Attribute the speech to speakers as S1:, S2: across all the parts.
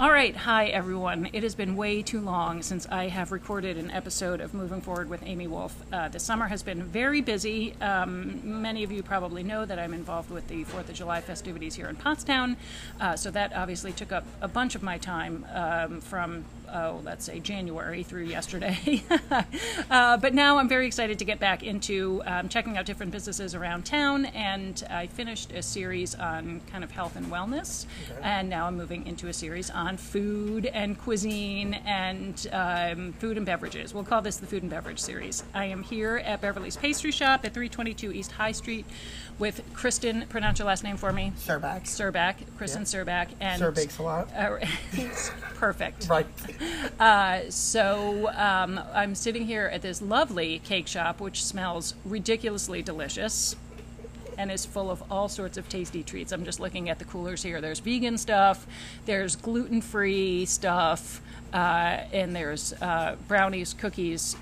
S1: right, hi everyone. It has been way too long since I have recorded an episode of Moving Forward with Amy Wolf. Uh, the summer has been very busy. Um, many of you probably know that I'm involved with the Fourth of July festivities here in Pottstown, uh, so that obviously took up a bunch of my time um, from oh, let's say January through yesterday. uh, but now I'm very excited to get back into um, checking out different businesses around town. And I finished a series on kind of health and wellness. And now I'm moving into a series on food and cuisine and um, food and beverages. We'll call this the food and beverage series. I am here at Beverly's Pastry Shop at 322 East High Street with Kristen, pronounce your last name for me.
S2: Surback.
S1: Surback, Kristen Surback. And
S2: Sir bakes a lot.
S1: Uh, perfect.
S2: Right.
S1: Uh, So um, I'm sitting here at this lovely cake shop, which smells ridiculously delicious and is full of all sorts of tasty treats. I'm just looking at the coolers here. There's vegan stuff, there's gluten free stuff, uh, and there's uh, brownies, cookies,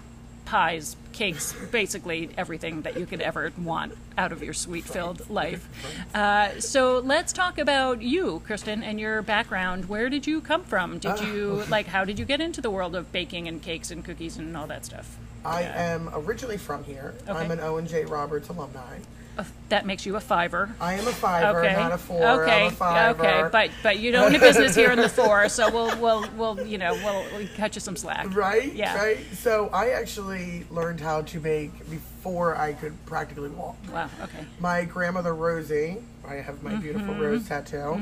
S1: pies, cakes, basically everything that you could ever want out of your sweet filled life. Uh, so let's talk about you, Kristen, and your background. Where did you come from? Did you, like, how did you get into the world of baking and cakes and cookies and all that stuff?
S2: I am originally from here. I'm
S1: Okay.
S2: an Owen J. Roberts alumni.
S1: Uh, That makes you a fiver.
S2: I am a fiver,
S1: okay.
S2: not a four.
S1: okay.
S2: I'm a fiver.
S1: Okay. But but you don't own a business here in the four, so we'll we'll we'll you know we'll, we'll cut you some slack.
S2: right.
S1: Yeah.
S2: Right. So I actually learned how to bake before I could practically walk.
S1: Wow. Okay.
S2: My grandmother Rosie, I have my beautiful
S1: Mm-hmm.
S2: rose tattoo,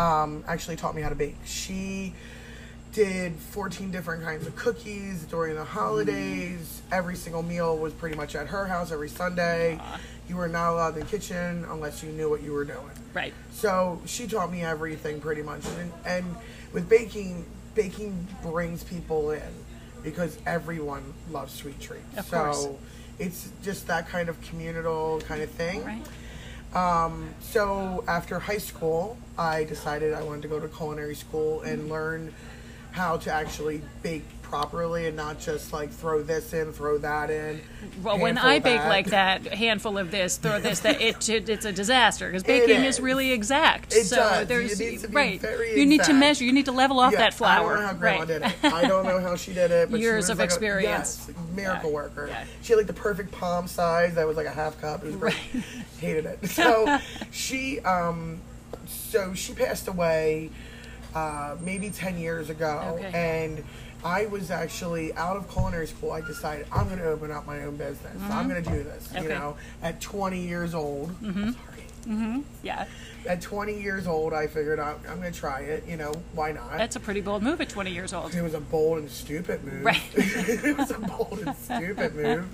S2: um, actually taught me how to bake. She did 14 different kinds of cookies during the holidays.
S1: Mm-hmm.
S2: Every single meal was pretty much at her house every Sunday. You were not allowed in the kitchen unless you knew what you were doing.
S1: Right.
S2: So she taught me everything pretty much. And, and with baking, baking brings people in because everyone loves sweet treats.
S1: Of
S2: so
S1: course.
S2: it's just that kind of communal kind of thing.
S1: Right.
S2: So after high school, I decided I wanted to go to culinary school and learn how to actually bake properly and not just like throw this in, throw that in.
S1: Well, when
S2: handful
S1: I bake
S2: that.
S1: like that, handful of this, throw this, that it, it it's a disaster because baking is.
S2: is.
S1: really exact.
S2: It
S1: so
S2: does. You
S1: there's
S2: need to be
S1: right.
S2: very
S1: you need to
S2: exact.
S1: measure. You need to level off
S2: Yeah,
S1: that flour.
S2: I don't know how grandma
S1: right.
S2: did it. I don't know how she did it. But she
S1: Years
S2: was
S1: of
S2: like
S1: experience.
S2: A, yes, miracle
S1: Yeah,
S2: worker.
S1: yeah.
S2: She had like the perfect palm size. That was like a half cup. It was great. Hated it. So she, um, so she passed away uh, maybe ten years ago,
S1: Okay.
S2: and. I was actually out of culinary school. I decided I'm going to open up my own business. I'm going to do this.
S1: Mm-hmm. Okay. Mm-hmm.
S2: You know, at 20 years old. Sorry.
S1: Yeah.
S2: At 20 years old, I figured out I'm going to try it. You know, why not?
S1: That's a pretty bold move at 20 years old.
S2: It was a bold and stupid move.
S1: Right.
S2: it was a bold and stupid move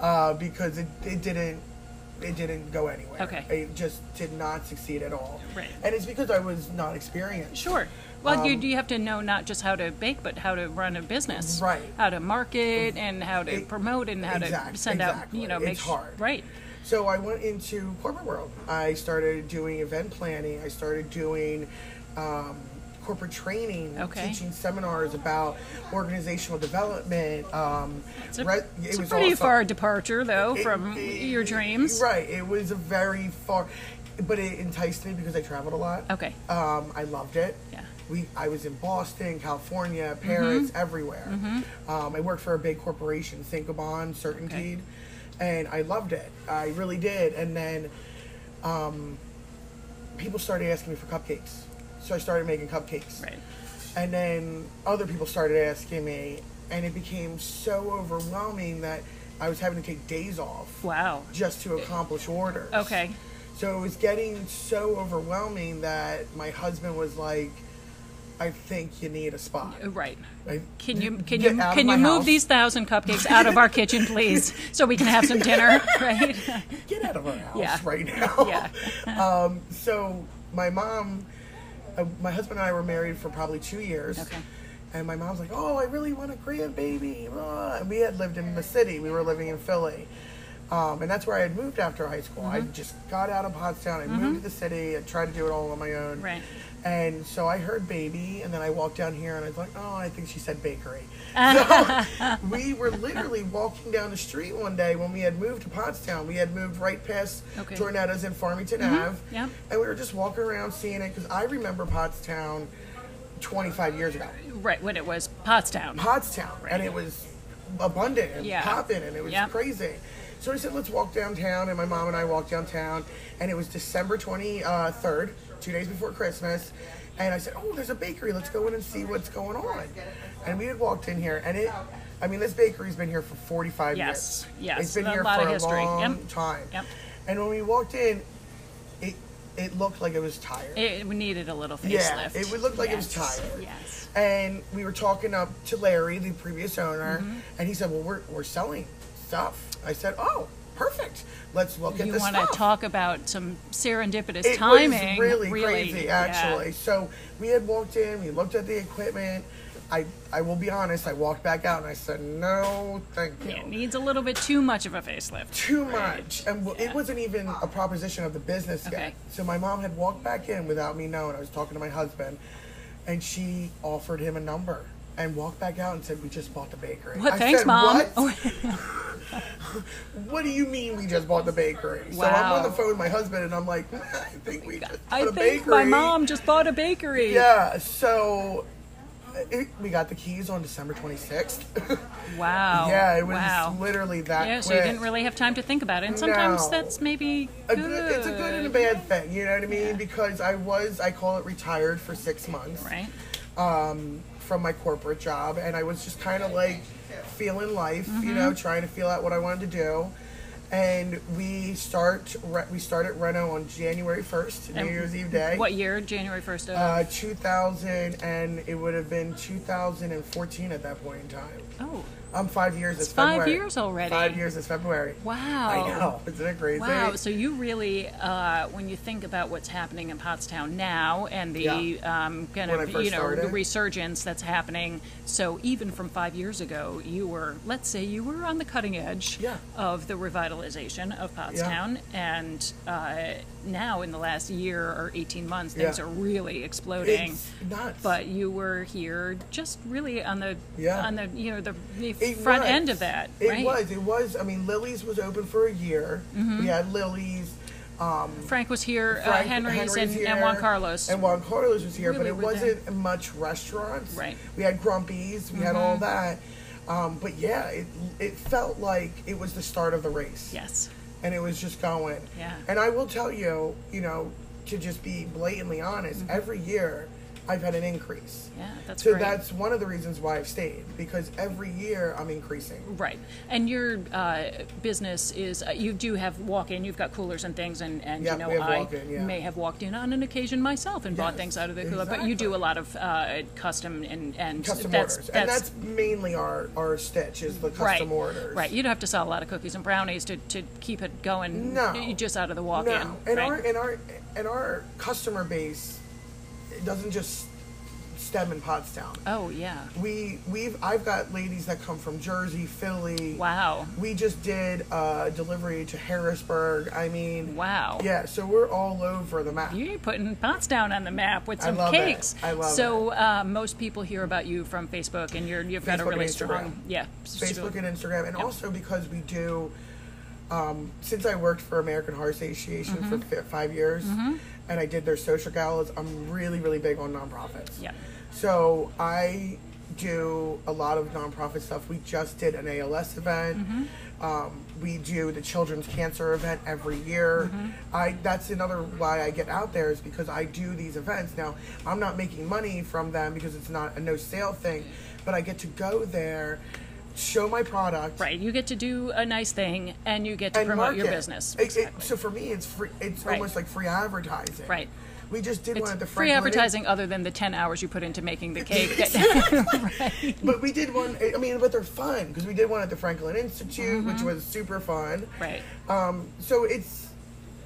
S2: uh, because it, it didn't it didn't go anywhere.
S1: Okay.
S2: It just did not succeed at all.
S1: Right.
S2: And it's because I was not experienced.
S1: Sure. Well,
S2: Um,
S1: you you have to know not just how to bake, but how to run a business,
S2: Right. Mm-hmm.
S1: How to market and how to
S2: It-
S1: promote and how
S2: exact-
S1: to send
S2: exactly.
S1: out, you know,
S2: It's
S1: make sure-
S2: hard.
S1: right.
S2: So I went into corporate world. I started doing event planning. I started doing um, corporate training,
S1: Okay.
S2: teaching seminars about organizational development. Um,
S1: It's a,
S2: re-
S1: it's a pretty far
S2: awesome.
S1: departure, though,
S2: It-
S1: from
S2: it-
S1: your dreams.
S2: Right. It was a very far, but it enticed me because I traveled a lot.
S1: Okay.
S2: Um, I loved it.
S1: Yeah. Mm-hmm.
S2: We, I was in Boston, California, Paris, everywhere. Um, I worked for a big corporation, Thinkabon, Certainteed, and I loved it. I really did. And then um, people started asking me for cupcakes. So I started making cupcakes.
S1: Right.
S2: And then other people started asking me, and it became so overwhelming that I was having to take days off
S1: Wow.
S2: just to accomplish orders.
S1: Okay.
S2: So it was getting so overwhelming that my husband was like, "I think you need a spot."
S1: Right.
S2: Like,
S1: Can you can
S2: get
S1: you
S2: out of
S1: can
S2: my
S1: you move
S2: house.
S1: these thousand cupcakes out of our kitchen, please, so we can have some dinner? Right.
S2: Get out of our house
S1: Yeah.
S2: right now.
S1: Yeah.
S2: um, so my mom, uh, my husband and I were married for probably two years.
S1: Okay.
S2: And my mom's like, "Oh, I really want a grandbaby." Ah, And we had lived in the city. We were living in Philly. Um, and that's where I had moved after high school. I
S1: Mm-hmm.
S2: just got out of Pottstown. I moved to the city. I tried to do it all on my own.
S1: Right.
S2: And so I heard baby, and then I walked down here, and I was like, "Oh, I think she said bakery." we were literally walking down the street one day when we had moved to Pottstown. We had moved right past
S1: Okay.
S2: Tornadoes and Farmington Ave.
S1: yeah.
S2: And we were just walking around seeing it because I remember Pottstown 25 years ago.
S1: right when it was Pottstown.
S2: Pottstown, and it was abundant and
S1: Yeah.
S2: popping, and it was
S1: Yep.
S2: crazy. So I said, let's walk downtown, and my mom and I walked downtown, and it was December 23rd, two days before Christmas, and I said, oh, there's a bakery, let's go in and see what's going on. And we had walked in here, and it, I mean, this bakery's been here for 45
S1: Yes,
S2: years.
S1: yes,
S2: It's been
S1: a
S2: here
S1: lot
S2: for
S1: of
S2: a
S1: history.
S2: long
S1: Yep.
S2: time.
S1: Yep.
S2: And when we walked in, it, it looked like it was tired.
S1: It needed a little facelift.
S2: Yeah, it would look like it was
S1: Yes,
S2: tired.
S1: Yes.
S2: And we were talking up to Larry, the previous owner,
S1: Mm-hmm.
S2: and he said, "Well, we're we're selling stuff." I said, "Oh, perfect. Let's look at
S1: You
S2: this
S1: want
S2: stuff."
S1: to talk about some serendipitous
S2: it
S1: timing?
S2: was really,
S1: really
S2: crazy,
S1: yeah.
S2: actually. So we had walked in, we looked at the equipment. I I will be honest, I walked back out and I said, "No, thank you."
S1: It needs a little bit too much of a facelift.
S2: too much, and w-
S1: Yeah.
S2: it wasn't even a proposition of the business yet.
S1: Okay.
S2: So my mom had walked back in without me knowing. I was talking to my husband, and she offered him a number and walked back out and said, "We just bought the bakery."
S1: What?
S2: I
S1: Thanks,
S2: said,
S1: mom. Oh.
S2: What? What do you mean we just bought the bakery? So I'm
S1: Wow.
S2: on the phone with my husband, and I'm like, "I think we just bought
S1: I
S2: a
S1: think
S2: bakery."
S1: my mom just bought a bakery.
S2: Yeah. So. It, we got the keys on December 26th.
S1: Wow.
S2: yeah, it was
S1: wow.
S2: literally that
S1: Yeah,
S2: quick.
S1: so you didn't really have time to think about it. And sometimes
S2: No.
S1: that's maybe
S2: a
S1: good.
S2: good, it's a good and a bad thing, you know what I mean? Because I was, I call it retired for six months
S1: Right?
S2: from my corporate job, and I was just kind of like feeling life, you
S1: Mm-hmm.
S2: know, trying to feel out what I wanted to do. And we start, re- we started Reno on January first, New
S1: And
S2: Year's Eve day.
S1: What year? January 1st of.
S2: Uh, 2000, and it would have been 2014 at that point in time.
S1: oh,
S2: I'm five years. It's
S1: five
S2: February.
S1: years already.
S2: Five years is February.
S1: wow.
S2: I know. Isn't it crazy?
S1: Wow. So you really, uh, when you think about what's happening in Pottstown now and the
S2: Yeah.
S1: um, kind
S2: When I
S1: of
S2: first
S1: you know the
S2: started.
S1: resurgence that's happening. So even from five years ago, you were let's say you were on the cutting edge
S2: Yeah.
S1: of the revitalization of Pottstown, and uh, now in the last year or eighteen months, things
S2: Yeah.
S1: are really exploding.
S2: It's nuts.
S1: but you were here just really on the
S2: Yeah.
S1: on the you know the, the
S2: It
S1: front
S2: was.
S1: end of that
S2: It
S1: right
S2: was. It was. I mean, Lily's was open for a year. We had Lily's.
S1: Frank was here
S2: Frank-
S1: uh, Henry's, and,
S2: here,
S1: and Juan Carlos
S2: And Juan Carlos was here, but
S1: Really
S2: it
S1: were there.
S2: wasn't much restaurants.
S1: Right. Mm-hmm.
S2: We had Grumpy's. We had all that. Um, but yeah, it it felt like it was the start of the race.
S1: Yes.
S2: And it was just going.
S1: Yeah.
S2: And I will tell you, you know, to just be blatantly honest, every year I've had an increase.
S1: Mm-hmm. Yeah, that's
S2: so
S1: great.
S2: that's one of the reasons why I've stayed because every year I'm increasing.
S1: Right. And your uh, business is, uh, you do have walk in, you've got coolers and things, and, and
S2: Yeah,
S1: you know,
S2: we have
S1: I
S2: walk-in, yeah.
S1: may have walked in on an occasion myself and bought
S2: Yes,
S1: things out of the cooler, but you do a
S2: exactly.
S1: lot of uh, custom and, and
S2: custom
S1: that's,
S2: orders,
S1: that's,
S2: and that's mainly our our stitch is the
S1: right.
S2: custom orders.
S1: Right. You don't have to sell a lot of cookies and brownies to, to keep it going
S2: No.
S1: You just out of the walk
S2: No,
S1: in.
S2: and
S1: Right?
S2: our and our and our customer base it doesn't just stem in Pottstown.
S1: oh, yeah.
S2: We we've I've got ladies that come from Jersey, Philly.
S1: Wow.
S2: We just did a delivery to Harrisburg. I mean,
S1: Wow.
S2: Yeah, so we're all over the map.
S1: You're putting Pottstown on the map with
S2: I
S1: some
S2: love it.
S1: cakes.
S2: I love
S1: so uh, most people hear about you from Facebook, and you're, you've got a
S2: Facebook and
S1: really
S2: Instagram.
S1: strong yeah.
S2: Facebook and Instagram, and also because we do. Um, since I worked for American Heart Association for fi- five years, and I did their social galas, I'm really, really big on nonprofits.
S1: Yeah.
S2: So I do a lot of nonprofit stuff. We just did an ALS event.
S1: Mm-hmm.
S2: Um, we do the children's cancer event every year.
S1: Mm-hmm.
S2: I that's another why I get out there is because I do these events. Now I'm not making money from them because it's not a no sale thing, but I get to go there, show my product,
S1: Right. You get to do a nice thing and you get to promote your
S2: market.
S1: business.
S2: It- it- so for me, it's free. It's
S1: Right.
S2: almost like free advertising.
S1: Right.
S2: We just did one at the
S1: It's free
S2: Frank Lennon-
S1: advertising other than the 10 hours you put into making the cake.
S2: But we did one. I mean, but they're fun because we did one at the Franklin Institute,
S1: Mm-hmm.
S2: which was super fun.
S1: right.
S2: Um, so it's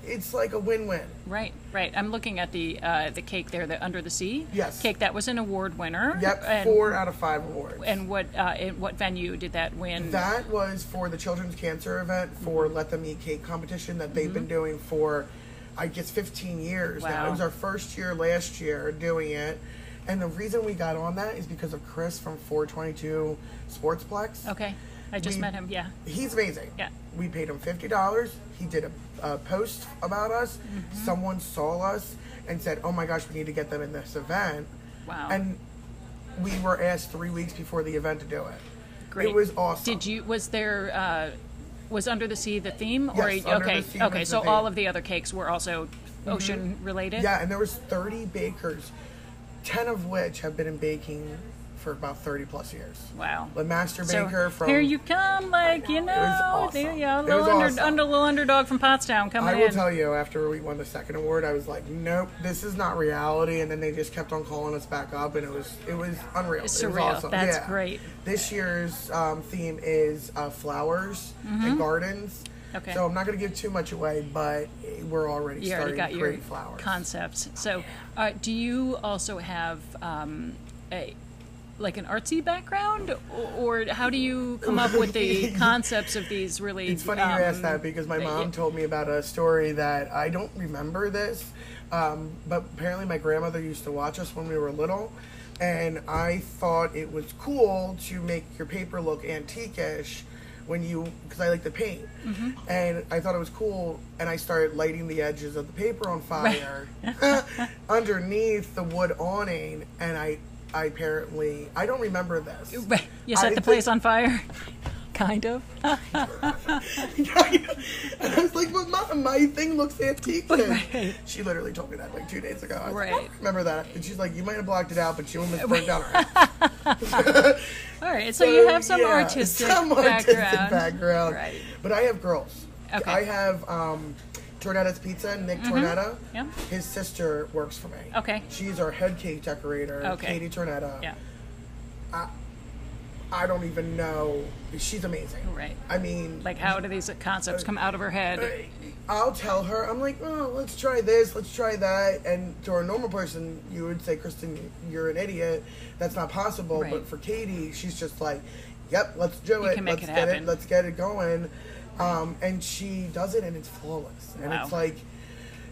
S2: it's like a win-win.
S1: Right, right. I'm looking at the uh, the cake there, the Under the Sea
S2: Yes.
S1: cake. That was an award winner.
S2: Yep,
S1: And,
S2: four out of five awards.
S1: and what uh, in what venue did that win?
S2: that was for the children's cancer event for
S1: Mm-hmm.
S2: Let Them Eat Cake competition that they've been doing for, I guess, 15 years now.
S1: Wow.
S2: It was our first year last year doing it. And the reason we got on that is because of Chris from 422 Sportsplex.
S1: okay. I just
S2: We-
S1: met him. Yeah.
S2: He's amazing.
S1: Yeah.
S2: We paid him fifty dollars. He did a, a post
S1: Mm-hmm.
S2: about us. Someone saw us and said, "Oh my gosh, we need to get them in this event."
S1: Wow.
S2: And we were asked three weeks before the event to do it.
S1: Great.
S2: It was awesome.
S1: Did you? Was there? Uh, was Under the Sea the theme? or
S2: Yes, Under the
S1: okay,
S2: Sea
S1: okay.
S2: was
S1: So
S2: the
S1: all
S2: theme. Mm-hmm.
S1: of the other cakes were also ocean related.
S2: Yeah, and there was 30 bakers, 10 of which have been in baking for about 30 plus years.
S1: Wow.
S2: The master
S1: So
S2: baker from
S1: here you come, like you know,
S2: was
S1: there
S2: awesome.
S1: you are,
S2: It
S1: little
S2: was
S1: under,
S2: awesome.
S1: under little underdog from Pottstown coming
S2: I will
S1: in.
S2: tell you, after we won the second award, I was like, "Nope, this is not reality." And then they just kept on calling us back up, and it was it was unreal.
S1: It's
S2: it was
S1: surreal.
S2: awesome.
S1: That's
S2: Yeah.
S1: great.
S2: This year's um, theme is uh, flowers and gardens.
S1: Mm-hmm. Okay.
S2: So I'm not going to give too much away, but we're already
S1: you already
S2: starting
S1: got
S2: to
S1: your
S2: create flowers.
S1: concepts. So, uh, do you also have um, a like an artsy background, or, or how do you come up with the concepts of these really? um,
S2: It's funny you asked that because my
S1: they-
S2: mom told me about a story that I don't remember this, um, but apparently my grandmother used to watch us when we were little, and I thought it was cool to make your paper look antiquish when you because I like to paint, and I thought it was cool, and I started lighting the edges of the paper on fire underneath the wood awning, and I. I apparently I don't remember this.
S1: you
S2: I
S1: set the
S2: think-
S1: place on fire, kind of.
S2: and I was like, but mom, my thing looks antique. then."
S1: Right.
S2: She literally told me that like two days ago. I was like,
S1: Right.
S2: "I remember that. And she's like, you might have blocked it out, but you almost burned down our house.
S1: All right, so, you have some
S2: yeah,
S1: artistic
S2: some artistic
S1: background.
S2: background.
S1: Right.
S2: But I have girls.
S1: Okay.
S2: I have um, Tornetta's Pizza, Nick Tornetta.
S1: Yeah.
S2: His sister works for me.
S1: Okay.
S2: She's our head cake decorator,
S1: Okay.
S2: Katie Tornetta.
S1: Yeah.
S2: I don't even know. She's amazing.
S1: Right.
S2: I mean,
S1: Like, how do these concepts come out of her head?
S2: I'll tell her, I'm like, oh, let's try this, let's try that. And to a normal person, you would say, Kristen, you're an idiot. That's not possible.
S1: Right.
S2: But for Katie, she's just like, yep, let's do
S1: You
S2: it.
S1: can make
S2: let's
S1: it
S2: get
S1: happen."
S2: it. Let's get it going. Um, and she does it, and it's flawless. And
S1: Wow.
S2: it's like,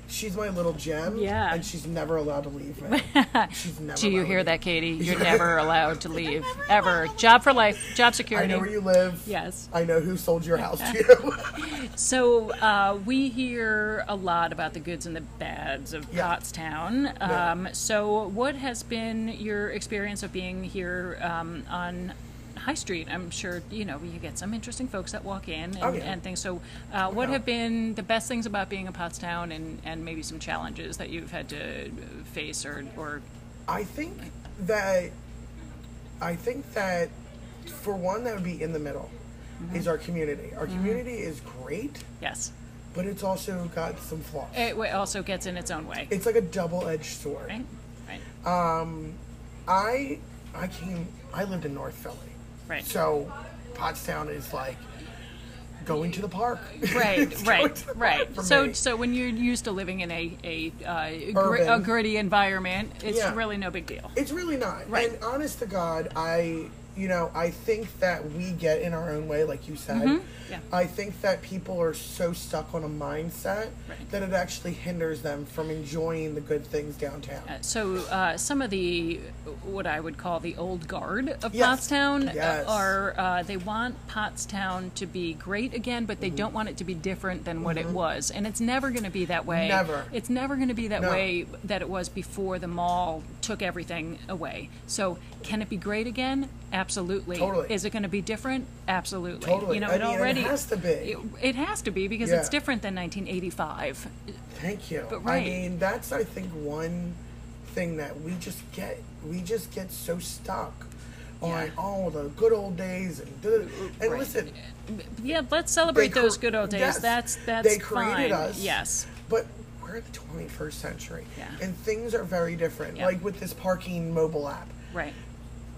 S2: she's my little gem.
S1: Yeah.
S2: And she's never allowed to leave me. she's never.
S1: Do you hear
S2: allowed to leave me.
S1: that, Katie? You're never allowed to leave ever. Job for life, job
S2: I
S1: security.
S2: know where you live.
S1: Yes.
S2: I know who sold your house to you.
S1: So uh, we hear a lot about the goods and the bads of
S2: Yeah.
S1: Pottstown. Um, So what has been your experience of being here um, on High Street? I'm sure you know you get some interesting folks that walk in and,
S2: Oh, yeah.
S1: and things. So uh, what
S2: Yeah.
S1: have been the best things about being in Pottstown and, and maybe some challenges that you've had to face or, or
S2: I think that I think that for one that would be in the middle
S1: Mm-hmm.
S2: is our community. Our community is great,
S1: yes.
S2: but it's also got some flaws.
S1: It wa- also gets in its own way.
S2: It's like a double-edged sword.
S1: Eh. Right? Right.
S2: I I came I lived in North Philly.
S1: Right.
S2: So Pottstown is like going to the park.
S1: right,
S2: It's going to the
S1: right, right.
S2: park for
S1: So,
S2: me.
S1: so when you're used to living in a a, uh, gr- a
S2: Urban.
S1: gritty environment, it's
S2: Yeah.
S1: really no big deal.
S2: It's really not.
S1: Right.
S2: And honest to God, I you know, I think that we get in our own way, like you said.
S1: Mm-hmm. Yeah.
S2: I think that people are so stuck on a mindset
S1: Right.
S2: that it actually hinders them from enjoying the good things downtown.
S1: Uh, So uh, some of the what I would call the old guard of
S2: Yes.
S1: Pottstown uh,
S2: Yes.
S1: are uh, they want Pottstown to be great again, but they
S2: Mm-hmm.
S1: don't want it to be different than what it was, and it's never going to be that way.
S2: Never.
S1: It's never going to be that
S2: No.
S1: way that it was before the mall took everything away. So can it be great again? Absolutely.
S2: Totally.
S1: Is it going to be different? Absolutely.
S2: Totally.
S1: You know,
S2: I
S1: it
S2: mean, and it
S1: already
S2: has to be.
S1: It, it has to be because it's
S2: Yeah.
S1: different than 1985.
S2: Thank you.
S1: But right.
S2: I mean, that's I think one thing that we just get we just get so stuck on
S1: Yeah.
S2: oh the good old days and da- and
S1: Right.
S2: listen,
S1: Yeah, let's celebrate
S2: They cre-
S1: those good old days.
S2: yes.
S1: That's that's
S2: They created
S1: fine.
S2: us.
S1: Yes.
S2: but we're in the 21st century
S1: Yeah.
S2: and things are very different.
S1: Yeah.
S2: Like with this parking mobile app,
S1: Right.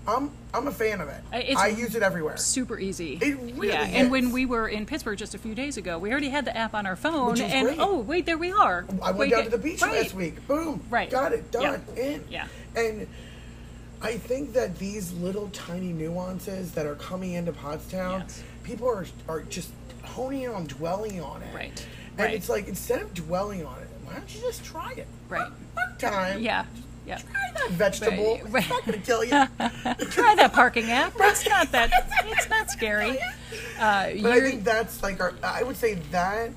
S2: I'm I'm a fan of it.
S1: Uh, it's
S2: I use it everywhere.
S1: Super easy.
S2: It really
S1: yeah. And when
S2: is.
S1: we were in Pittsburgh just a few days ago, we already had the app on our phone
S2: Which is
S1: and
S2: great.
S1: oh wait, there we are.
S2: I went
S1: Wait,
S2: down to the beach
S1: right.
S2: last week. Boom.
S1: Right.
S2: Got it done.
S1: Yeah.
S2: In.
S1: Yeah.
S2: And I think that these little tiny nuances that are coming into Pottstown,
S1: Yes.
S2: people are are just honing in on dwelling on it.
S1: Right.
S2: And
S1: Right.
S2: it's like instead of dwelling on it, why don't you just try it?
S1: Right.
S2: Fuck time.
S1: Yeah. Yeah.
S2: Try that vegetable.
S1: Right.
S2: It's not gonna kill you.
S1: Try that parking app. It's not that it's not scary. Uh,
S2: But I
S1: you're-
S2: think that's like our. I would say that.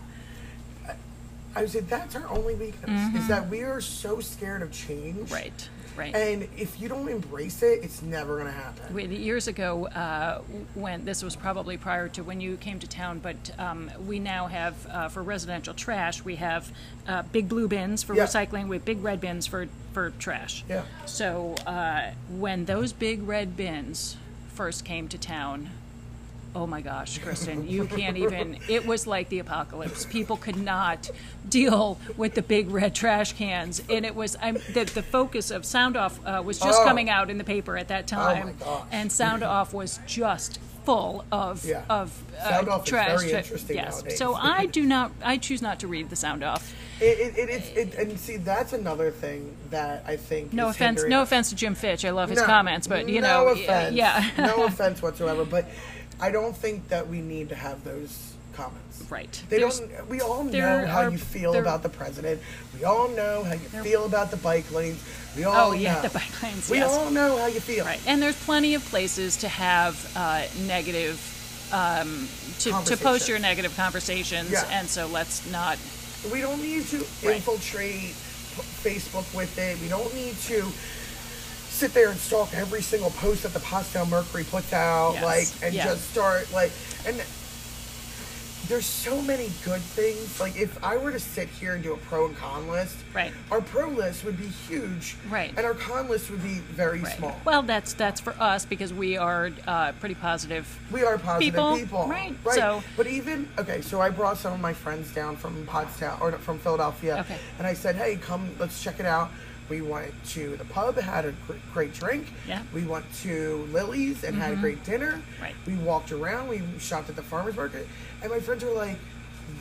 S2: I would say that's our only weakness is that we are so scared of change.
S1: Mm-hmm. right. Right.
S2: And if you don't embrace it, it's never going to happen.
S1: We- Years ago, uh, when this was probably prior to when you came to town, but um, we now have uh, for residential trash, we have uh, big blue bins for
S2: Yeah.
S1: recycling, we have big red bins for, for trash.
S2: Yeah.
S1: So uh, when those big red bins first came to town, oh my gosh, Kristen, you can't even. It was like the apocalypse. People could not deal with the big red trash cans, and it was. I'm the, the focus of Sound Off uh, was just
S2: Oh.
S1: coming out in the paper at that
S2: my
S1: time,
S2: gosh.
S1: and Sound Off was just full of
S2: Yeah.
S1: of uh,
S2: Sound Off is
S1: trash.
S2: very
S1: that-
S2: interesting
S1: yes.
S2: nowadays.
S1: So I do not. I choose not to read the Sound Off.
S2: It, it, it, it's it, and see, that's another thing that I think.
S1: No
S2: is
S1: offense.
S2: hindering
S1: No
S2: us.
S1: offense to Jim Fitch. I love his
S2: No,
S1: comments, but you
S2: no
S1: know,
S2: offense.
S1: yeah,
S2: no offense whatsoever. But I don't think that we need to have those comments.
S1: Right.
S2: They
S1: There's-
S2: don't. We all know
S1: there
S2: how
S1: are-
S2: you feel
S1: there-
S2: about the president. We all know how you feel about the bike lanes. We all.
S1: Oh, yeah,
S2: know.
S1: the bike lanes,
S2: We
S1: yes.
S2: all know how you feel.
S1: Right, and there's plenty of places to have uh, negative, um, to, to post
S2: Conversation.
S1: your negative conversations,
S2: Yeah.
S1: and so let's not.
S2: We don't need to
S1: Right.
S2: infiltrate p- Facebook with it. We don't need to sit there and stalk every single post that the Pastel Mercury puts out,
S1: Yes.
S2: like, and
S1: Yeah.
S2: just start like. And there's so many good things. Like, if I were to sit here and do a pro and con list,
S1: Right.
S2: Our pro list would be huge,
S1: Right.
S2: And our con list would be very
S1: Right.
S2: small.
S1: Well, that's that's for us because we are uh, pretty positive.
S2: We are positive
S1: People,
S2: people,
S1: right, so-
S2: but even okay, so I brought some of my friends down from Pottstown or from Philadelphia,
S1: Okay.
S2: and I said, "Hey, come, let's check it out." We went to the pub, had a gr- great drink.
S1: Yeah. Mm-hmm.
S2: We went to Lily's and had a great dinner.
S1: Right.
S2: We walked around. We shopped at the farmers market, and my friends were like,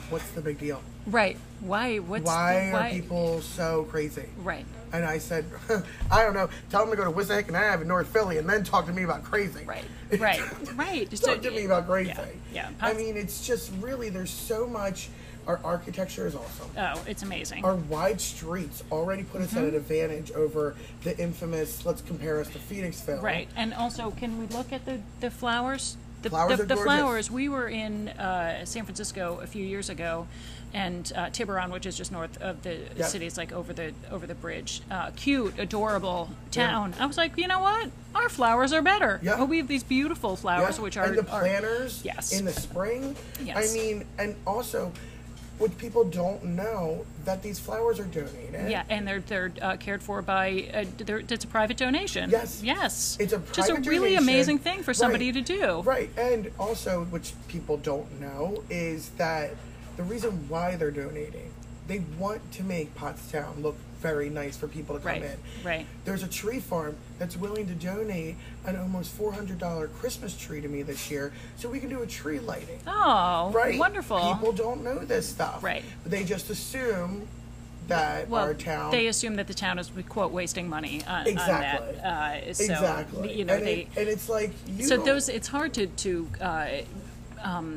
S2: "What's the big deal?
S1: Right? Why? What's the-
S2: why are people so crazy?"
S1: Right.
S2: And I said, "I don't know. Tell them to go to Wissahickon Ave in North Philly, and then talk to me about crazy."
S1: Right. Right. right.
S2: Talk to me about great
S1: yeah,
S2: thing.
S1: Yeah.
S2: I mean, it's just really there's so much. Our architecture is awesome.
S1: oh, it's amazing.
S2: Our wide streets already put us at
S1: Mm-hmm.
S2: an advantage over the infamous. Let's compare us to Phoenixville.
S1: Right, and also, can we look at the, the flowers? The,
S2: Flowers
S1: the,
S2: are
S1: the
S2: gorgeous.
S1: flowers. We were in uh, San Francisco a few years ago, and uh, Tiburon, which is just north of the
S2: Yeah.
S1: city, it's like over the over the bridge. Uh, cute, adorable town. I was like, you know what? Our flowers are better.
S2: Yeah.
S1: Oh, we have these beautiful
S2: Yeah,
S1: flowers, which are
S2: and the
S1: are-
S2: planners.
S1: yes.
S2: In the spring.
S1: Yes.
S2: I mean, and also, what people don't know that these flowers are donated.
S1: yeah, and they're they're uh, cared for by uh, they're, it's a private donation.
S2: Yes.
S1: yes,
S2: It's a
S1: just a
S2: private
S1: really
S2: donation.
S1: amazing thing for somebody
S2: Right.
S1: to do.
S2: Right, and also, which people don't know, is that the reason why they're donating, they want to make Pottstown look very nice for people to come
S1: Right,
S2: in.
S1: right.
S2: There's a tree farm that's willing to donate an almost $400 Christmas tree to me this year so we can do a tree lighting.
S1: Oh,
S2: right?
S1: wonderful.
S2: People don't know this stuff.
S1: Right.
S2: They just assume that
S1: well,
S2: our town.
S1: They assume that the town is quote wasting money on, on
S2: Exactly.
S1: that. Uh, so,
S2: exactly.
S1: You know
S2: and,
S1: they.
S2: it- and it's like you
S1: so
S2: don't-
S1: those it's hard to to. Uh, um,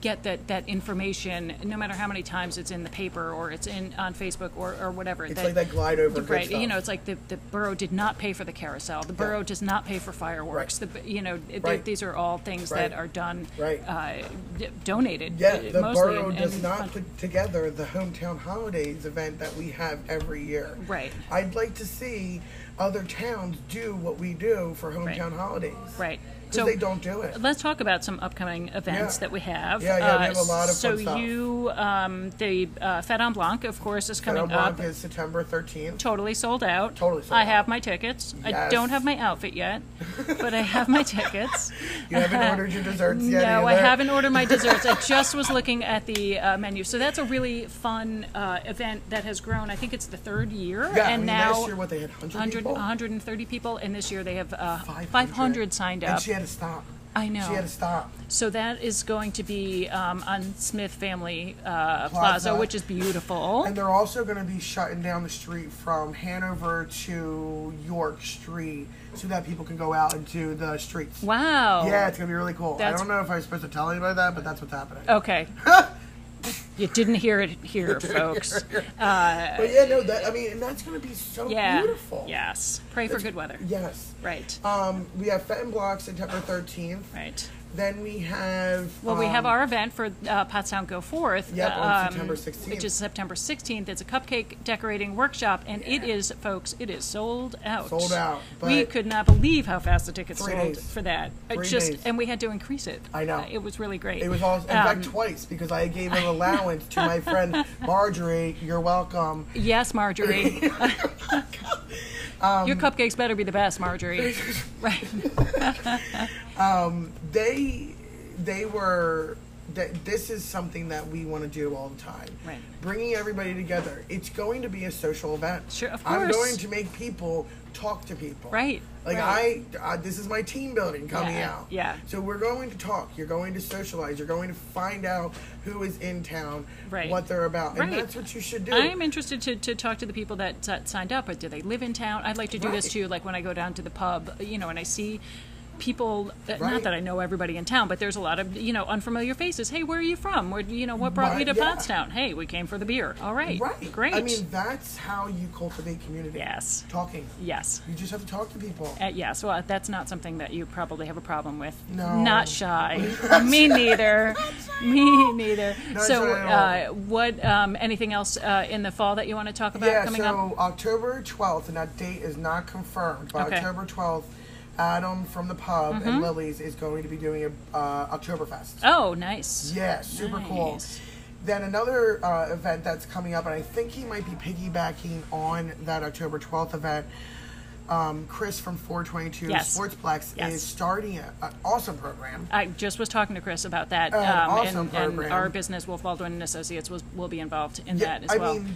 S1: get that, that information no matter how many times it's in the paper or it's in on facebook or, or whatever
S2: It's like that glide over.
S1: the-
S2: good
S1: right you
S2: stuff.
S1: know it's like the, the borough did not pay for the carousel the borough does not pay for fireworks the you know th-
S2: Right.
S1: these are all things that
S2: Right.
S1: are done
S2: Right.
S1: uh, d- donated
S2: Yeah,
S1: uh,
S2: the
S1: mostly
S2: borough
S1: and-
S2: does
S1: and
S2: not
S1: fund-
S2: put together the hometown holidays event that we have every year.
S1: Right.
S2: I'd like to see other towns do what we do for hometown holidays.
S1: right
S2: Because
S1: so
S2: they don't do it.
S1: Let's talk about some upcoming events
S2: Yeah.
S1: that we have. Uh,
S2: Yeah, yeah, we have a lot of
S1: so
S2: fun stuff.
S1: you, um, the uh, Fed on Blanc, of course, is coming
S2: Fennel Blanc
S1: up.
S2: is September 13th.
S1: totally sold out.
S2: Totally sold
S1: I have
S2: out.
S1: my tickets. I
S2: Yes.
S1: don't have my outfit yet, but I have my tickets.
S2: You haven't ordered your desserts yet.
S1: no, I
S2: either.
S1: haven't ordered my desserts. I just was looking at the uh, menu. So that's a really fun uh, event that has grown. I think it's the third year,
S2: Yeah, I
S1: and
S2: mean,
S1: now
S2: last year, what, they had 100,
S1: 100,
S2: people?
S1: 130 people, and this year they have uh, 500.
S2: 500.
S1: signed
S2: And
S1: up.
S2: she had to stop.
S1: I know.
S2: She had to stop.
S1: So that is going to be um, on Smith Family uh, Plaza.
S2: Plaza.
S1: which is beautiful.
S2: And they're also going to be shutting down the street from Hanover to York Street so that people can go out into the streets.
S1: wow.
S2: Yeah, it's gonna be really cool. I
S1: That's-
S2: don't know if I was supposed to tell anybody that, but that's what's happening.
S1: Okay. you didn't hear it here, folks.
S2: but yeah, no, that I mean, and that's gonna be so
S1: Yeah.
S2: beautiful. Uh,
S1: Yes. Pray for good weather.
S2: Yes.
S1: Right.
S2: Um, we have Fenton Block September thirteenth.
S1: Right.
S2: Then we have.
S1: Well, we have
S2: um,
S1: our event for uh, Pottstown Go Forth.
S2: Yep, on
S1: um,
S2: September 16th.
S1: Which is September 16th. It's a cupcake decorating workshop, and it is, folks, it is sold out.
S2: Sold out,
S1: we
S2: but-
S1: could not believe how fast the tickets
S2: Three
S1: sold
S2: days.
S1: for that. It
S2: Three
S1: just
S2: days.
S1: and we had to increase it.
S2: I know.
S1: Uh, It was really great.
S2: It was all in
S1: Um,
S2: fact twice because I gave an allowance to my friend Marjorie. You're welcome.
S1: Yes, Marjorie.
S2: Oh, Um,
S1: Your cupcakes better be the best, Marjorie. right.
S2: They they were that this is something that we want to do all the time.
S1: Right.
S2: Bringing everybody together. It's going to be a social event.
S1: Sure, of
S2: I'm
S1: course.
S2: going to make people talk to people.
S1: Right,
S2: Like
S1: right.
S2: I, uh, this is my team building coming
S1: Yeah,
S2: out.
S1: yeah.
S2: So we're going to talk. You're going to socialize. You're going to find out who is in town,
S1: Right.
S2: what they're about, and
S1: Right.
S2: that's what you should do.
S1: I'm interested to, to talk to the people that uh, signed up. Or do they live in town? I'd like to do this
S2: Right.
S1: too. Like when I go down to the pub, you know, and I see people. uh Not
S2: Right.
S1: that I know everybody in town, but there's a lot of you know unfamiliar faces. Hey, where are you from? Where you know what brought you to
S2: Right, yeah.
S1: Pottstown? Hey, we came for the beer. All right,
S2: right.
S1: great.
S2: I mean, that's how you cultivate community.
S1: Yes.
S2: Talking.
S1: yes.
S2: You just have to talk to people.
S1: Uh, yes, well, that's not something that you probably have a problem with.
S2: No.
S1: Not shy. Me neither. Me neither.
S2: Not
S1: so,
S2: shy at
S1: uh, what? Um, anything else uh, in the fall that you want to talk about
S2: yeah,
S1: coming
S2: so
S1: up?
S2: October 12th, and that date is not confirmed, but
S1: Okay. Mm-hmm.
S2: October 12th, Adam from the pub and Lily's is going to be doing a uh, Oktoberfest.
S1: Oh, nice.
S2: Yeah, super cool.
S1: Nice.
S2: Then another uh, event that's coming up, and I think he might be piggybacking on that October 12th event. Um, Chris from 422
S1: Yes.
S2: Sportsplex
S1: Yes.
S2: is starting a- an awesome program.
S1: I just was talking to Chris about that, um,
S2: an Oh,
S1: and,
S2: awesome
S1: and
S2: program.
S1: our business, Wolf Baldwin and Associates, was, will be involved in that as
S2: I
S1: well.
S2: mean,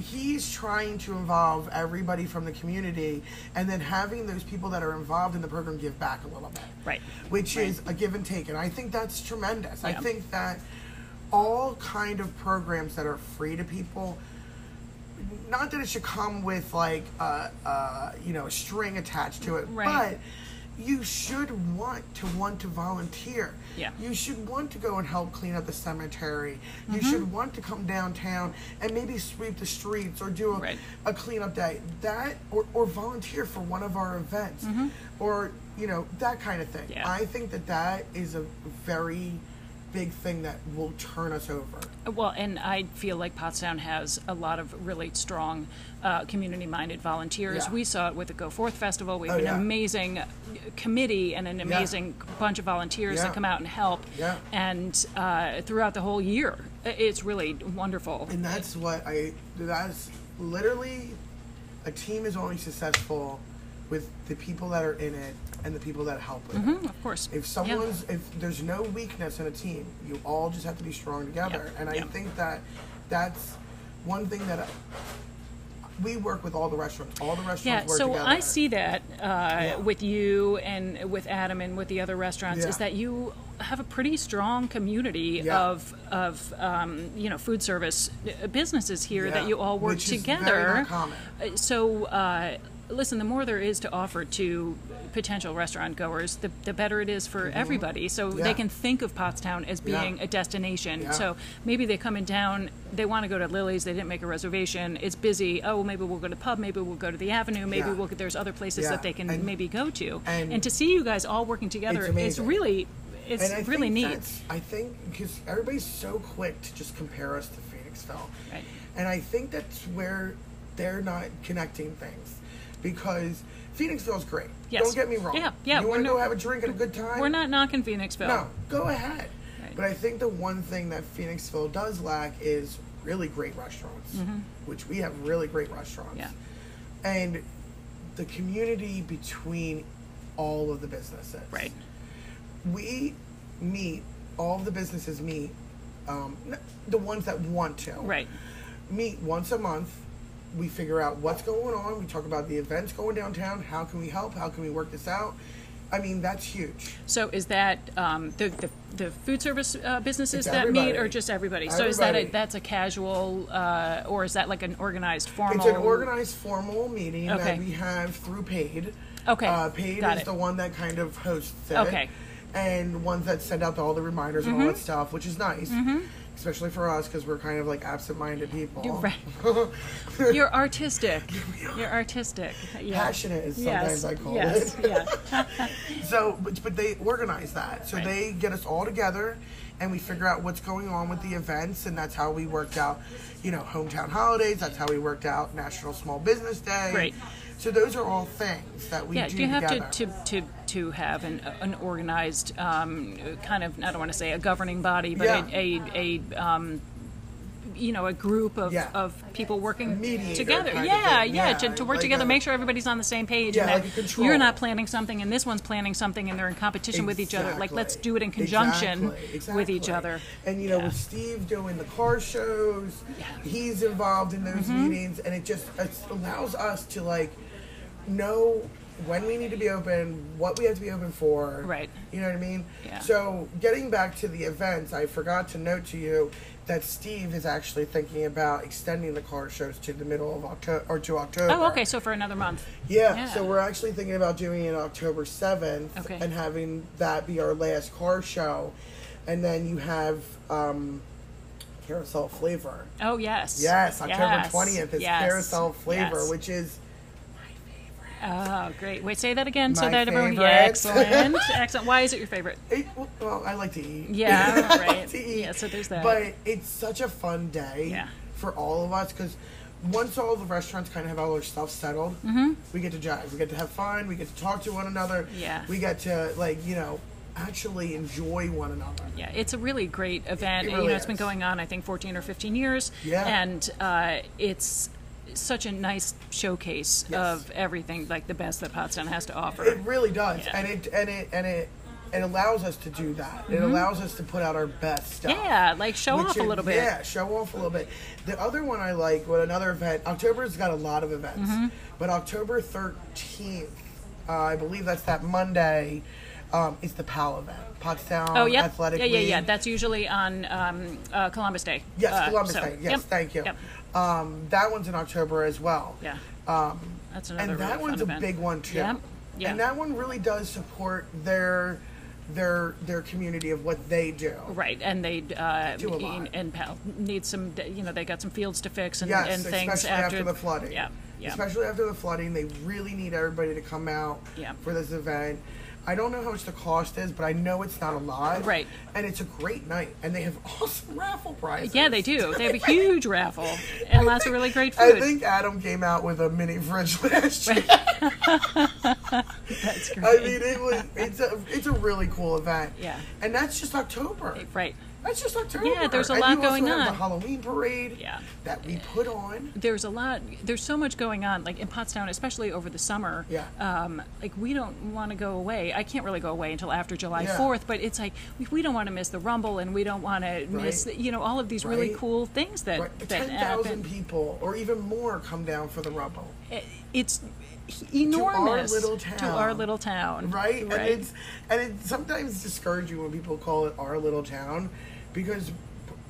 S2: he's trying to involve everybody from the community, and then having those people that are involved in the program give back a little bit,
S1: Right.
S2: Which is a give and take, and I think that's tremendous. I
S1: Yeah.
S2: think that all kind of programs that are free to people. Not that it should come with like a, a you know a string attached to it,
S1: Right.
S2: but you should want to want to volunteer.
S1: Yeah.
S2: You should want to go and help clean up the cemetery.
S1: Mm-hmm.
S2: You should want to come downtown and maybe sweep the streets or do a,
S1: Right.
S2: a cleanup day. That or, or volunteer for one of our events or you know that kind of thing.
S1: Mm-hmm. Yeah.
S2: I think that that is a very big thing that will turn us over.
S1: Well, and I feel like Pottstown has a lot of really strong uh, community minded volunteers.
S2: Yeah.
S1: We saw it with the Go Forth Festival. We have
S2: Oh,
S1: an
S2: yeah.
S1: amazing committee and an amazing bunch of volunteers
S2: Yeah.
S1: that come out and help.
S2: Yeah.
S1: And uh, throughout the whole year, it's really wonderful.
S2: And that's what I that's literally a team is only successful with the people that are in it and the people that help with it.
S1: of course.
S2: If someone's, if there's no weakness in a team, you all just have to be strong together.
S1: Yeah,
S2: And I
S1: yeah.
S2: think that that's one thing that I, we work with all the restaurants. All the restaurants
S1: Yeah,
S2: work
S1: so
S2: together.
S1: I see that uh, with you and with Adam and with the other restaurants is
S2: Yeah.
S1: that you have a pretty strong community
S2: Yeah.
S1: of of um, you know food service uh, businesses here that
S2: Yeah,
S1: you all work
S2: which is very
S1: together.
S2: not common.
S1: Uh, So. Uh, Listen, the more there is to offer to potential restaurant goers, the, the better it is for everybody. So
S2: Mm-hmm. Yeah.
S1: they can think of Pottstown as
S2: Yeah.
S1: being a destination.
S2: Yeah.
S1: So maybe they come in town, they want to go to Lily's, they didn't make a reservation, it's busy. Oh, maybe we'll go to the pub, maybe we'll go to the avenue, maybe
S2: Yeah.
S1: we'll there's other places
S2: Yeah,
S1: that they can
S2: and-
S1: maybe go to. And,
S2: and-
S1: to see you guys all working together
S2: It's
S1: is
S2: amazing.
S1: really it's
S2: And I
S1: really
S2: think
S1: neat.
S2: that's- I think because everybody's so quick to just compare us to Phoenixville,
S1: Right.
S2: and I think that's where they're not connecting things because Phoenixville's great.
S1: Yes.
S2: Don't get me wrong.
S1: Yeah, yeah,
S2: You
S1: we're
S2: want to
S1: no-
S2: go have a drink and a good time?
S1: We're not knocking Phoenixville.
S2: No, go ahead.
S1: Right.
S2: But I think the one thing that Phoenixville does lack is really great restaurants, which we have really great restaurants.
S1: Mm-hmm. Yeah.
S2: And the community between all of the businesses.
S1: Right.
S2: We meet, all of the businesses meet, um, n- the ones that want to.
S1: Right.
S2: Meet once a month. We figure out what's going on. We talk about the events going downtown. How can we help? How can we work this out? I mean, that's huge.
S1: So is that um, the, the the food service uh, businesses
S2: It's
S1: that meet, or
S2: everybody.
S1: just everybody? So is that a,
S2: Everybody.
S1: that's a casual, uh, or is that like an organized formal?
S2: It's an organized formal meeting
S1: Okay.
S2: that we have through Paid.
S1: Okay,
S2: Uh, Paid
S1: got
S2: is
S1: it.
S2: the one that kind of hosts it.
S1: Okay. Mm-hmm.
S2: And ones that send out all the reminders and all that stuff, which is nice. especially for us because we're kind of like absent-minded people.
S1: You're right. You're artistic. You're artistic. Yeah.
S2: Passionate is
S1: Yes.
S2: sometimes I call
S1: yes.
S2: it.
S1: yeah.
S2: So, but, but they organize that. So they get us all together, and we figure out what's going on with the events, and that's how we worked out, you know, hometown holidays. That's how we worked out National Small Business Day.
S1: Right.
S2: So those are all things that we
S1: Yeah,
S2: do,
S1: do you have
S2: together.
S1: to, to, to, to have an, an organized um, kind of, I don't want to say a governing body, but
S2: Yeah.
S1: a, a, a um, you know, a group of,
S2: Yeah.
S1: of people working
S2: mediator
S1: together.
S2: kind of
S1: yeah,
S2: thing.
S1: yeah,
S2: Yeah,
S1: to, to work
S2: like
S1: together,
S2: a-
S1: make sure everybody's on the same page.
S2: Yeah,
S1: and
S2: like a
S1: that
S2: control.
S1: you're not planning something and this one's planning something and they're in competition with each other. Like, let's
S2: Exactly.
S1: do it in conjunction
S2: Exactly,
S1: with each
S2: exactly.
S1: other.
S2: And you know,
S1: Yeah.
S2: with Steve doing the car shows, he's involved in those
S1: Mm-hmm.
S2: meetings, and it just it allows us to like know when we need to be open, what we have to be open for.
S1: Right.
S2: You know what I mean?
S1: Yeah.
S2: So getting back to the events, I forgot to note to you that Steve is actually thinking about extending the car shows to the middle of October or to October.
S1: Oh, okay, so for another month.
S2: Yeah,
S1: Yeah.
S2: so we're actually thinking about doing it October 7th
S1: Okay.
S2: and having that be our last car show. And then you have um, Carousel Flavor.
S1: Oh, yes.
S2: Yes, October
S1: Yes.
S2: 20th is
S1: Yes.
S2: Carousel Flavor,
S1: Yes.
S2: which is
S1: Oh, great. Wait, say that again so
S2: My
S1: that everyone. Yeah,
S2: favorite.
S1: excellent. excellent. Why is it your favorite?
S2: It, well, I like to eat.
S1: Yeah,
S2: I like
S1: right.
S2: to eat.
S1: Yeah, so there's that.
S2: E. But it's such a fun day
S1: Yeah.
S2: for all of us because once all the restaurants kind of have all their stuff settled,
S1: Mm-hmm.
S2: we get to jive. We get to have fun. We get to talk to one another.
S1: Yeah.
S2: We get to, like, you know, actually enjoy one another.
S1: Yeah, it's a really great event.
S2: It
S1: you
S2: really
S1: know, it's been
S2: is.
S1: going on I think 14 or 15 years.
S2: Yeah.
S1: and uh, it's such a nice showcase
S2: Yes.
S1: of everything, like the best that Potsdam has to offer.
S2: It really does,
S1: Yeah.
S2: and it and it and it it allows us to do that. It allows us to put out our best stuff.
S1: Mm-hmm. yeah, like show
S2: Which
S1: off a
S2: is-
S1: little bit.
S2: Yeah, show off a little bit. The other one I like, what another event, October's got a lot of events,
S1: Mm-hmm.
S2: but October 13th, uh, I believe that's that Monday, um, is the PAL event, Pottstown
S1: Oh yeah,
S2: Athletic
S1: yeah, yeah, yeah.
S2: League.
S1: That's usually on um, uh, Columbus Day.
S2: yes,
S1: Uh,
S2: Columbus
S1: so,
S2: Day. Yes,
S1: yep,
S2: thank you.
S1: Yep.
S2: Um, that one's in October as well.
S1: Yeah,
S2: Um,
S1: that's another.
S2: and
S1: really
S2: that
S1: fun
S2: one's a
S1: event.
S2: big one too.
S1: Yep. Yeah.
S2: And that one really does support their their their community of what they do.
S1: Right, and they uh,
S2: Do a lot.
S1: and- and Pal need some, you know, they got some fields to fix and,
S2: Yes,
S1: and things
S2: especially after, the flooding.
S1: Yeah, yeah.
S2: Especially after the flooding, they really need everybody to come out
S1: Yeah.
S2: for this event. I don't know how much the cost is, but I know it's not a lot.
S1: Right.
S2: And it's a great night, and they have awesome raffle prizes.
S1: Yeah, they do. They have a huge raffle and lots of really great
S2: I
S1: food.
S2: think Adam came out with a mini fridge last year.
S1: That's great.
S2: I mean, it was it's a it's a really cool event.
S1: Yeah.
S2: And that's just October.
S1: right.
S2: That's just October.
S1: Yeah, there's a
S2: and
S1: lot
S2: you also
S1: going
S2: have
S1: on.
S2: The Halloween parade.
S1: Yeah.
S2: That we put on.
S1: There's a lot. There's so much going on, like in Pottstown, especially over the summer.
S2: Yeah.
S1: Um, like we don't want to go away. I can't really go away until after July
S2: Yeah.
S1: 4th. But it's like we, we don't want to miss the Rumble, and we don't want to miss,
S2: Right.
S1: you know, all of these really
S2: Right.
S1: cool things that
S2: Right.
S1: that
S2: Ten thousand
S1: happen.
S2: people, or even more, come down for the rumble.
S1: It- It's enormous
S2: little
S1: To our
S2: town.
S1: little town.
S2: Right?
S1: Right.
S2: And it's and it sometimes discourages you when people call it our little town, because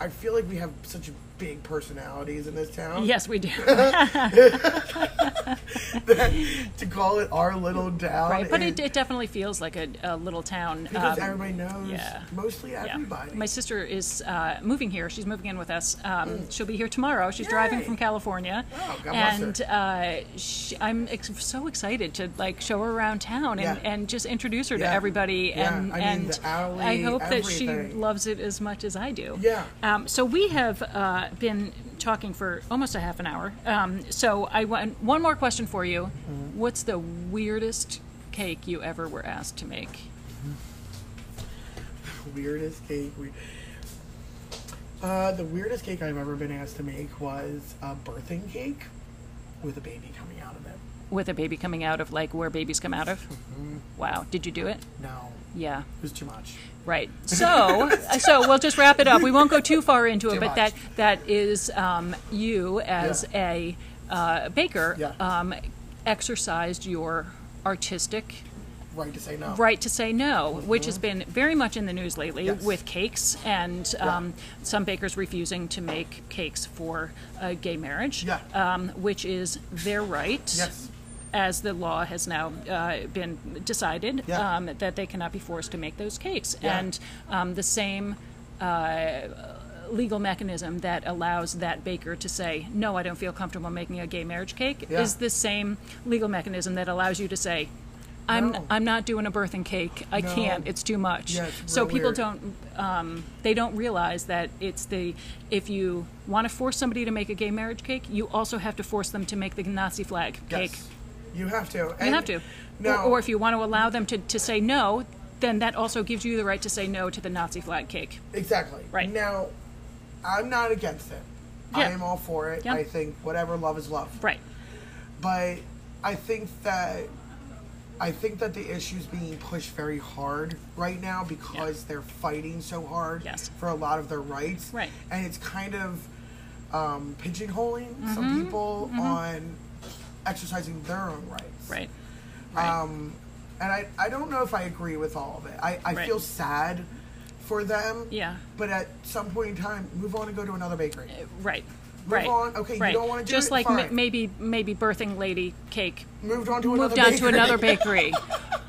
S2: I feel like we have such big personalities in this town.
S1: yes, we do.
S2: To call it our little town.
S1: right. But
S2: is-
S1: it, it definitely feels like a, a little town.
S2: because
S1: um,
S2: everybody knows.
S1: yeah.
S2: Mostly
S1: Yeah.
S2: everybody.
S1: My sister is uh, moving here. She's moving in with us. Um, She'll be here tomorrow. She's driving
S2: Mm. Yay.
S1: from California,
S2: Oh, God bless her.
S1: and uh, she, I'm ex- so excited to like show her around town and,
S2: Yeah.
S1: and just introduce her to
S2: Yeah.
S1: everybody.
S2: Yeah,
S1: And
S2: I mean,
S1: and
S2: the alley,
S1: I hope that she
S2: everything.
S1: loves it as much as I do.
S2: Yeah.
S1: Um, so we have uh, been talking for almost a half an hour. Um, so I want one more question for you.
S2: Mm-hmm.
S1: What's the weirdest cake you ever were asked to make?
S2: weirdest cake we uh, the weirdest cake I've ever been asked to make was a birthing cake with a baby coming out of it.
S1: with a baby coming out of like where babies come out of
S2: Mm-hmm.
S1: wow did you do it
S2: No,
S1: yeah
S2: it was too much.
S1: right so uh, so we'll just wrap it up we won't go too far into it
S2: Too
S1: but that
S2: much.
S1: that is um, you as a uh, baker
S2: Yeah.
S1: um, exercised your artistic
S2: Right to say no.
S1: right to say no which has been very much in the news lately
S2: Mm-hmm. Yes.
S1: with cakes and um, some bakers refusing to make cakes for uh, gay marriage
S2: Yeah.
S1: um, which is their right
S2: Yes.
S1: as the law has now uh, been decided
S2: Yeah.
S1: um, that they cannot be forced to make those cakes.
S2: Yeah.
S1: And um, the same uh, legal mechanism that allows that baker to say, no, I don't feel comfortable making a gay marriage cake,
S2: Yeah.
S1: is the same legal mechanism that allows you to say, I'm,
S2: No.
S1: I'm not doing a birthing cake. I
S2: No.
S1: can't. It's too much.
S2: Yeah, it's
S1: so
S2: real
S1: people
S2: weird.
S1: don't um, they don't realize that it's the if you want to force somebody to make a gay marriage cake, you also have to force them to make the Nazi flag cake.
S2: Yes. You have to.
S1: You
S2: And
S1: have to.
S2: No.
S1: Or, or if you want to allow them to, to say no, then that also gives you the right to say no to the Nazi flag cake.
S2: Exactly.
S1: Right.
S2: Now, I'm not against it. I
S1: Yeah.
S2: am all for it.
S1: Yeah.
S2: I think whatever love is love.
S1: Right.
S2: But I think that I think that the issue's being pushed very hard right now because they're fighting so hard
S1: Yes.
S2: for a lot of their rights.
S1: Right.
S2: And it's kind of um, pigeonholing
S1: Mm-hmm.
S2: some people on exercising their own rights.
S1: Right. Right.
S2: Um, and I, I don't know if I agree with all of it. I, I
S1: Right.
S2: feel sad for them.
S1: Yeah. Uh,
S2: But at some point in time, move on and go to another bakery.
S1: right.
S2: Move
S1: right.
S2: on. Okay, you
S1: right.
S2: don't wanna do
S1: Just
S2: it?
S1: like
S2: Fine.
S1: maybe maybe birthing lady cake
S2: Moved on to
S1: moved
S2: another
S1: on
S2: bakery.
S1: to another bakery.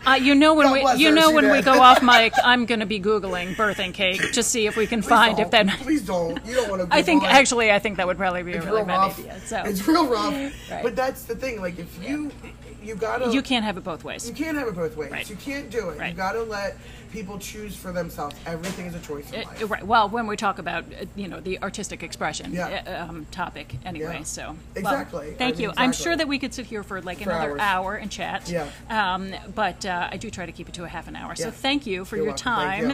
S1: Uh, you know when
S2: God bless
S1: we you
S2: her,
S1: know
S2: she
S1: when we
S2: did.
S1: go off mic, I'm going to be googling birthing cake to see if we can find if
S2: Don't.
S1: that.
S2: Please don't. You don't want to.
S1: I think
S2: on.
S1: actually I think that would probably be
S2: it's
S1: a really
S2: real
S1: bad
S2: rough.
S1: idea. So
S2: It's real rough.
S1: Right.
S2: But that's the thing. Like if you you gotta
S1: you can't have it both ways.
S2: you can't have it both ways.
S1: Right.
S2: You can't do it. You
S1: Right.
S2: gotta let people choose for themselves. Everything is a choice
S1: Uh,
S2: in life.
S1: Right. Well, when we talk about uh, you know the artistic expression
S2: Yeah.
S1: uh, um, topic, anyway.
S2: Yeah.
S1: So well,
S2: Exactly. I
S1: thank
S2: mean,
S1: you. I'm
S2: exactly.
S1: sure that we could sit here for like
S2: For
S1: another
S2: hours.
S1: hour and chat.
S2: Yeah.
S1: Um, but uh, I do try to keep it to a half an hour.
S2: Yeah.
S1: So thank you for
S2: You're
S1: your
S2: welcome.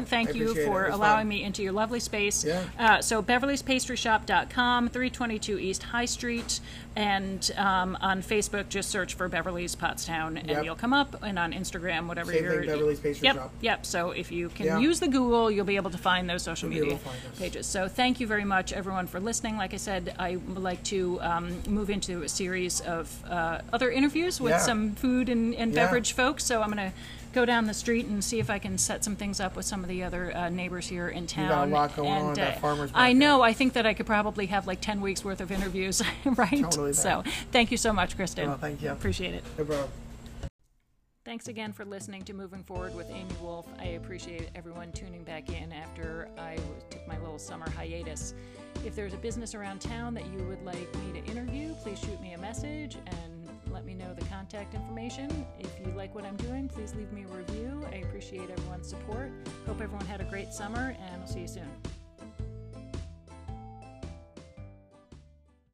S2: Thank
S1: time.
S2: you. I appreciate it.
S1: for
S2: It was
S1: allowing
S2: fun.
S1: me into your lovely space.
S2: Yeah.
S1: Uh, so Beverly's Pastry Shop.com, 322 East High Street, and um, on Facebook just search for Beverly's Pottstown, and
S2: Yep.
S1: you'll come up. And on Instagram, whatever
S2: Same
S1: your
S2: thing, Beverly's Pastry
S1: yep,
S2: Shop.
S1: Yep. So if you can
S2: Yeah.
S1: use the Google, you'll be able to find those social
S2: You'll be able
S1: media
S2: to find us.
S1: pages. So thank you very much, everyone, for listening. Like I said, I would like to um, move into a series of uh, other interviews with
S2: Yeah.
S1: some food and, and
S2: Yeah.
S1: beverage folks. So I'm going to go down the street and see if I can set some things up with some of the other uh, neighbors here in town.
S2: got a lot going on
S1: and, uh,
S2: at that farmer's
S1: I
S2: market.
S1: know. I think that I could probably have like 10 weeks worth of interviews, right?
S2: Totally
S1: So thank you so much, Kristen.
S2: Well, thank you.
S1: Appreciate it.
S2: No problem.
S1: Thanks again for listening to Moving Forward with Amy Wolf. I appreciate everyone tuning back in after I was- took my little summer hiatus. If there's a business around town that you would like me to interview, please shoot me a message and let me know the contact information. If you like what I'm doing, please leave me a review. I appreciate everyone's support. Hope everyone had a great summer, and I'll see you soon.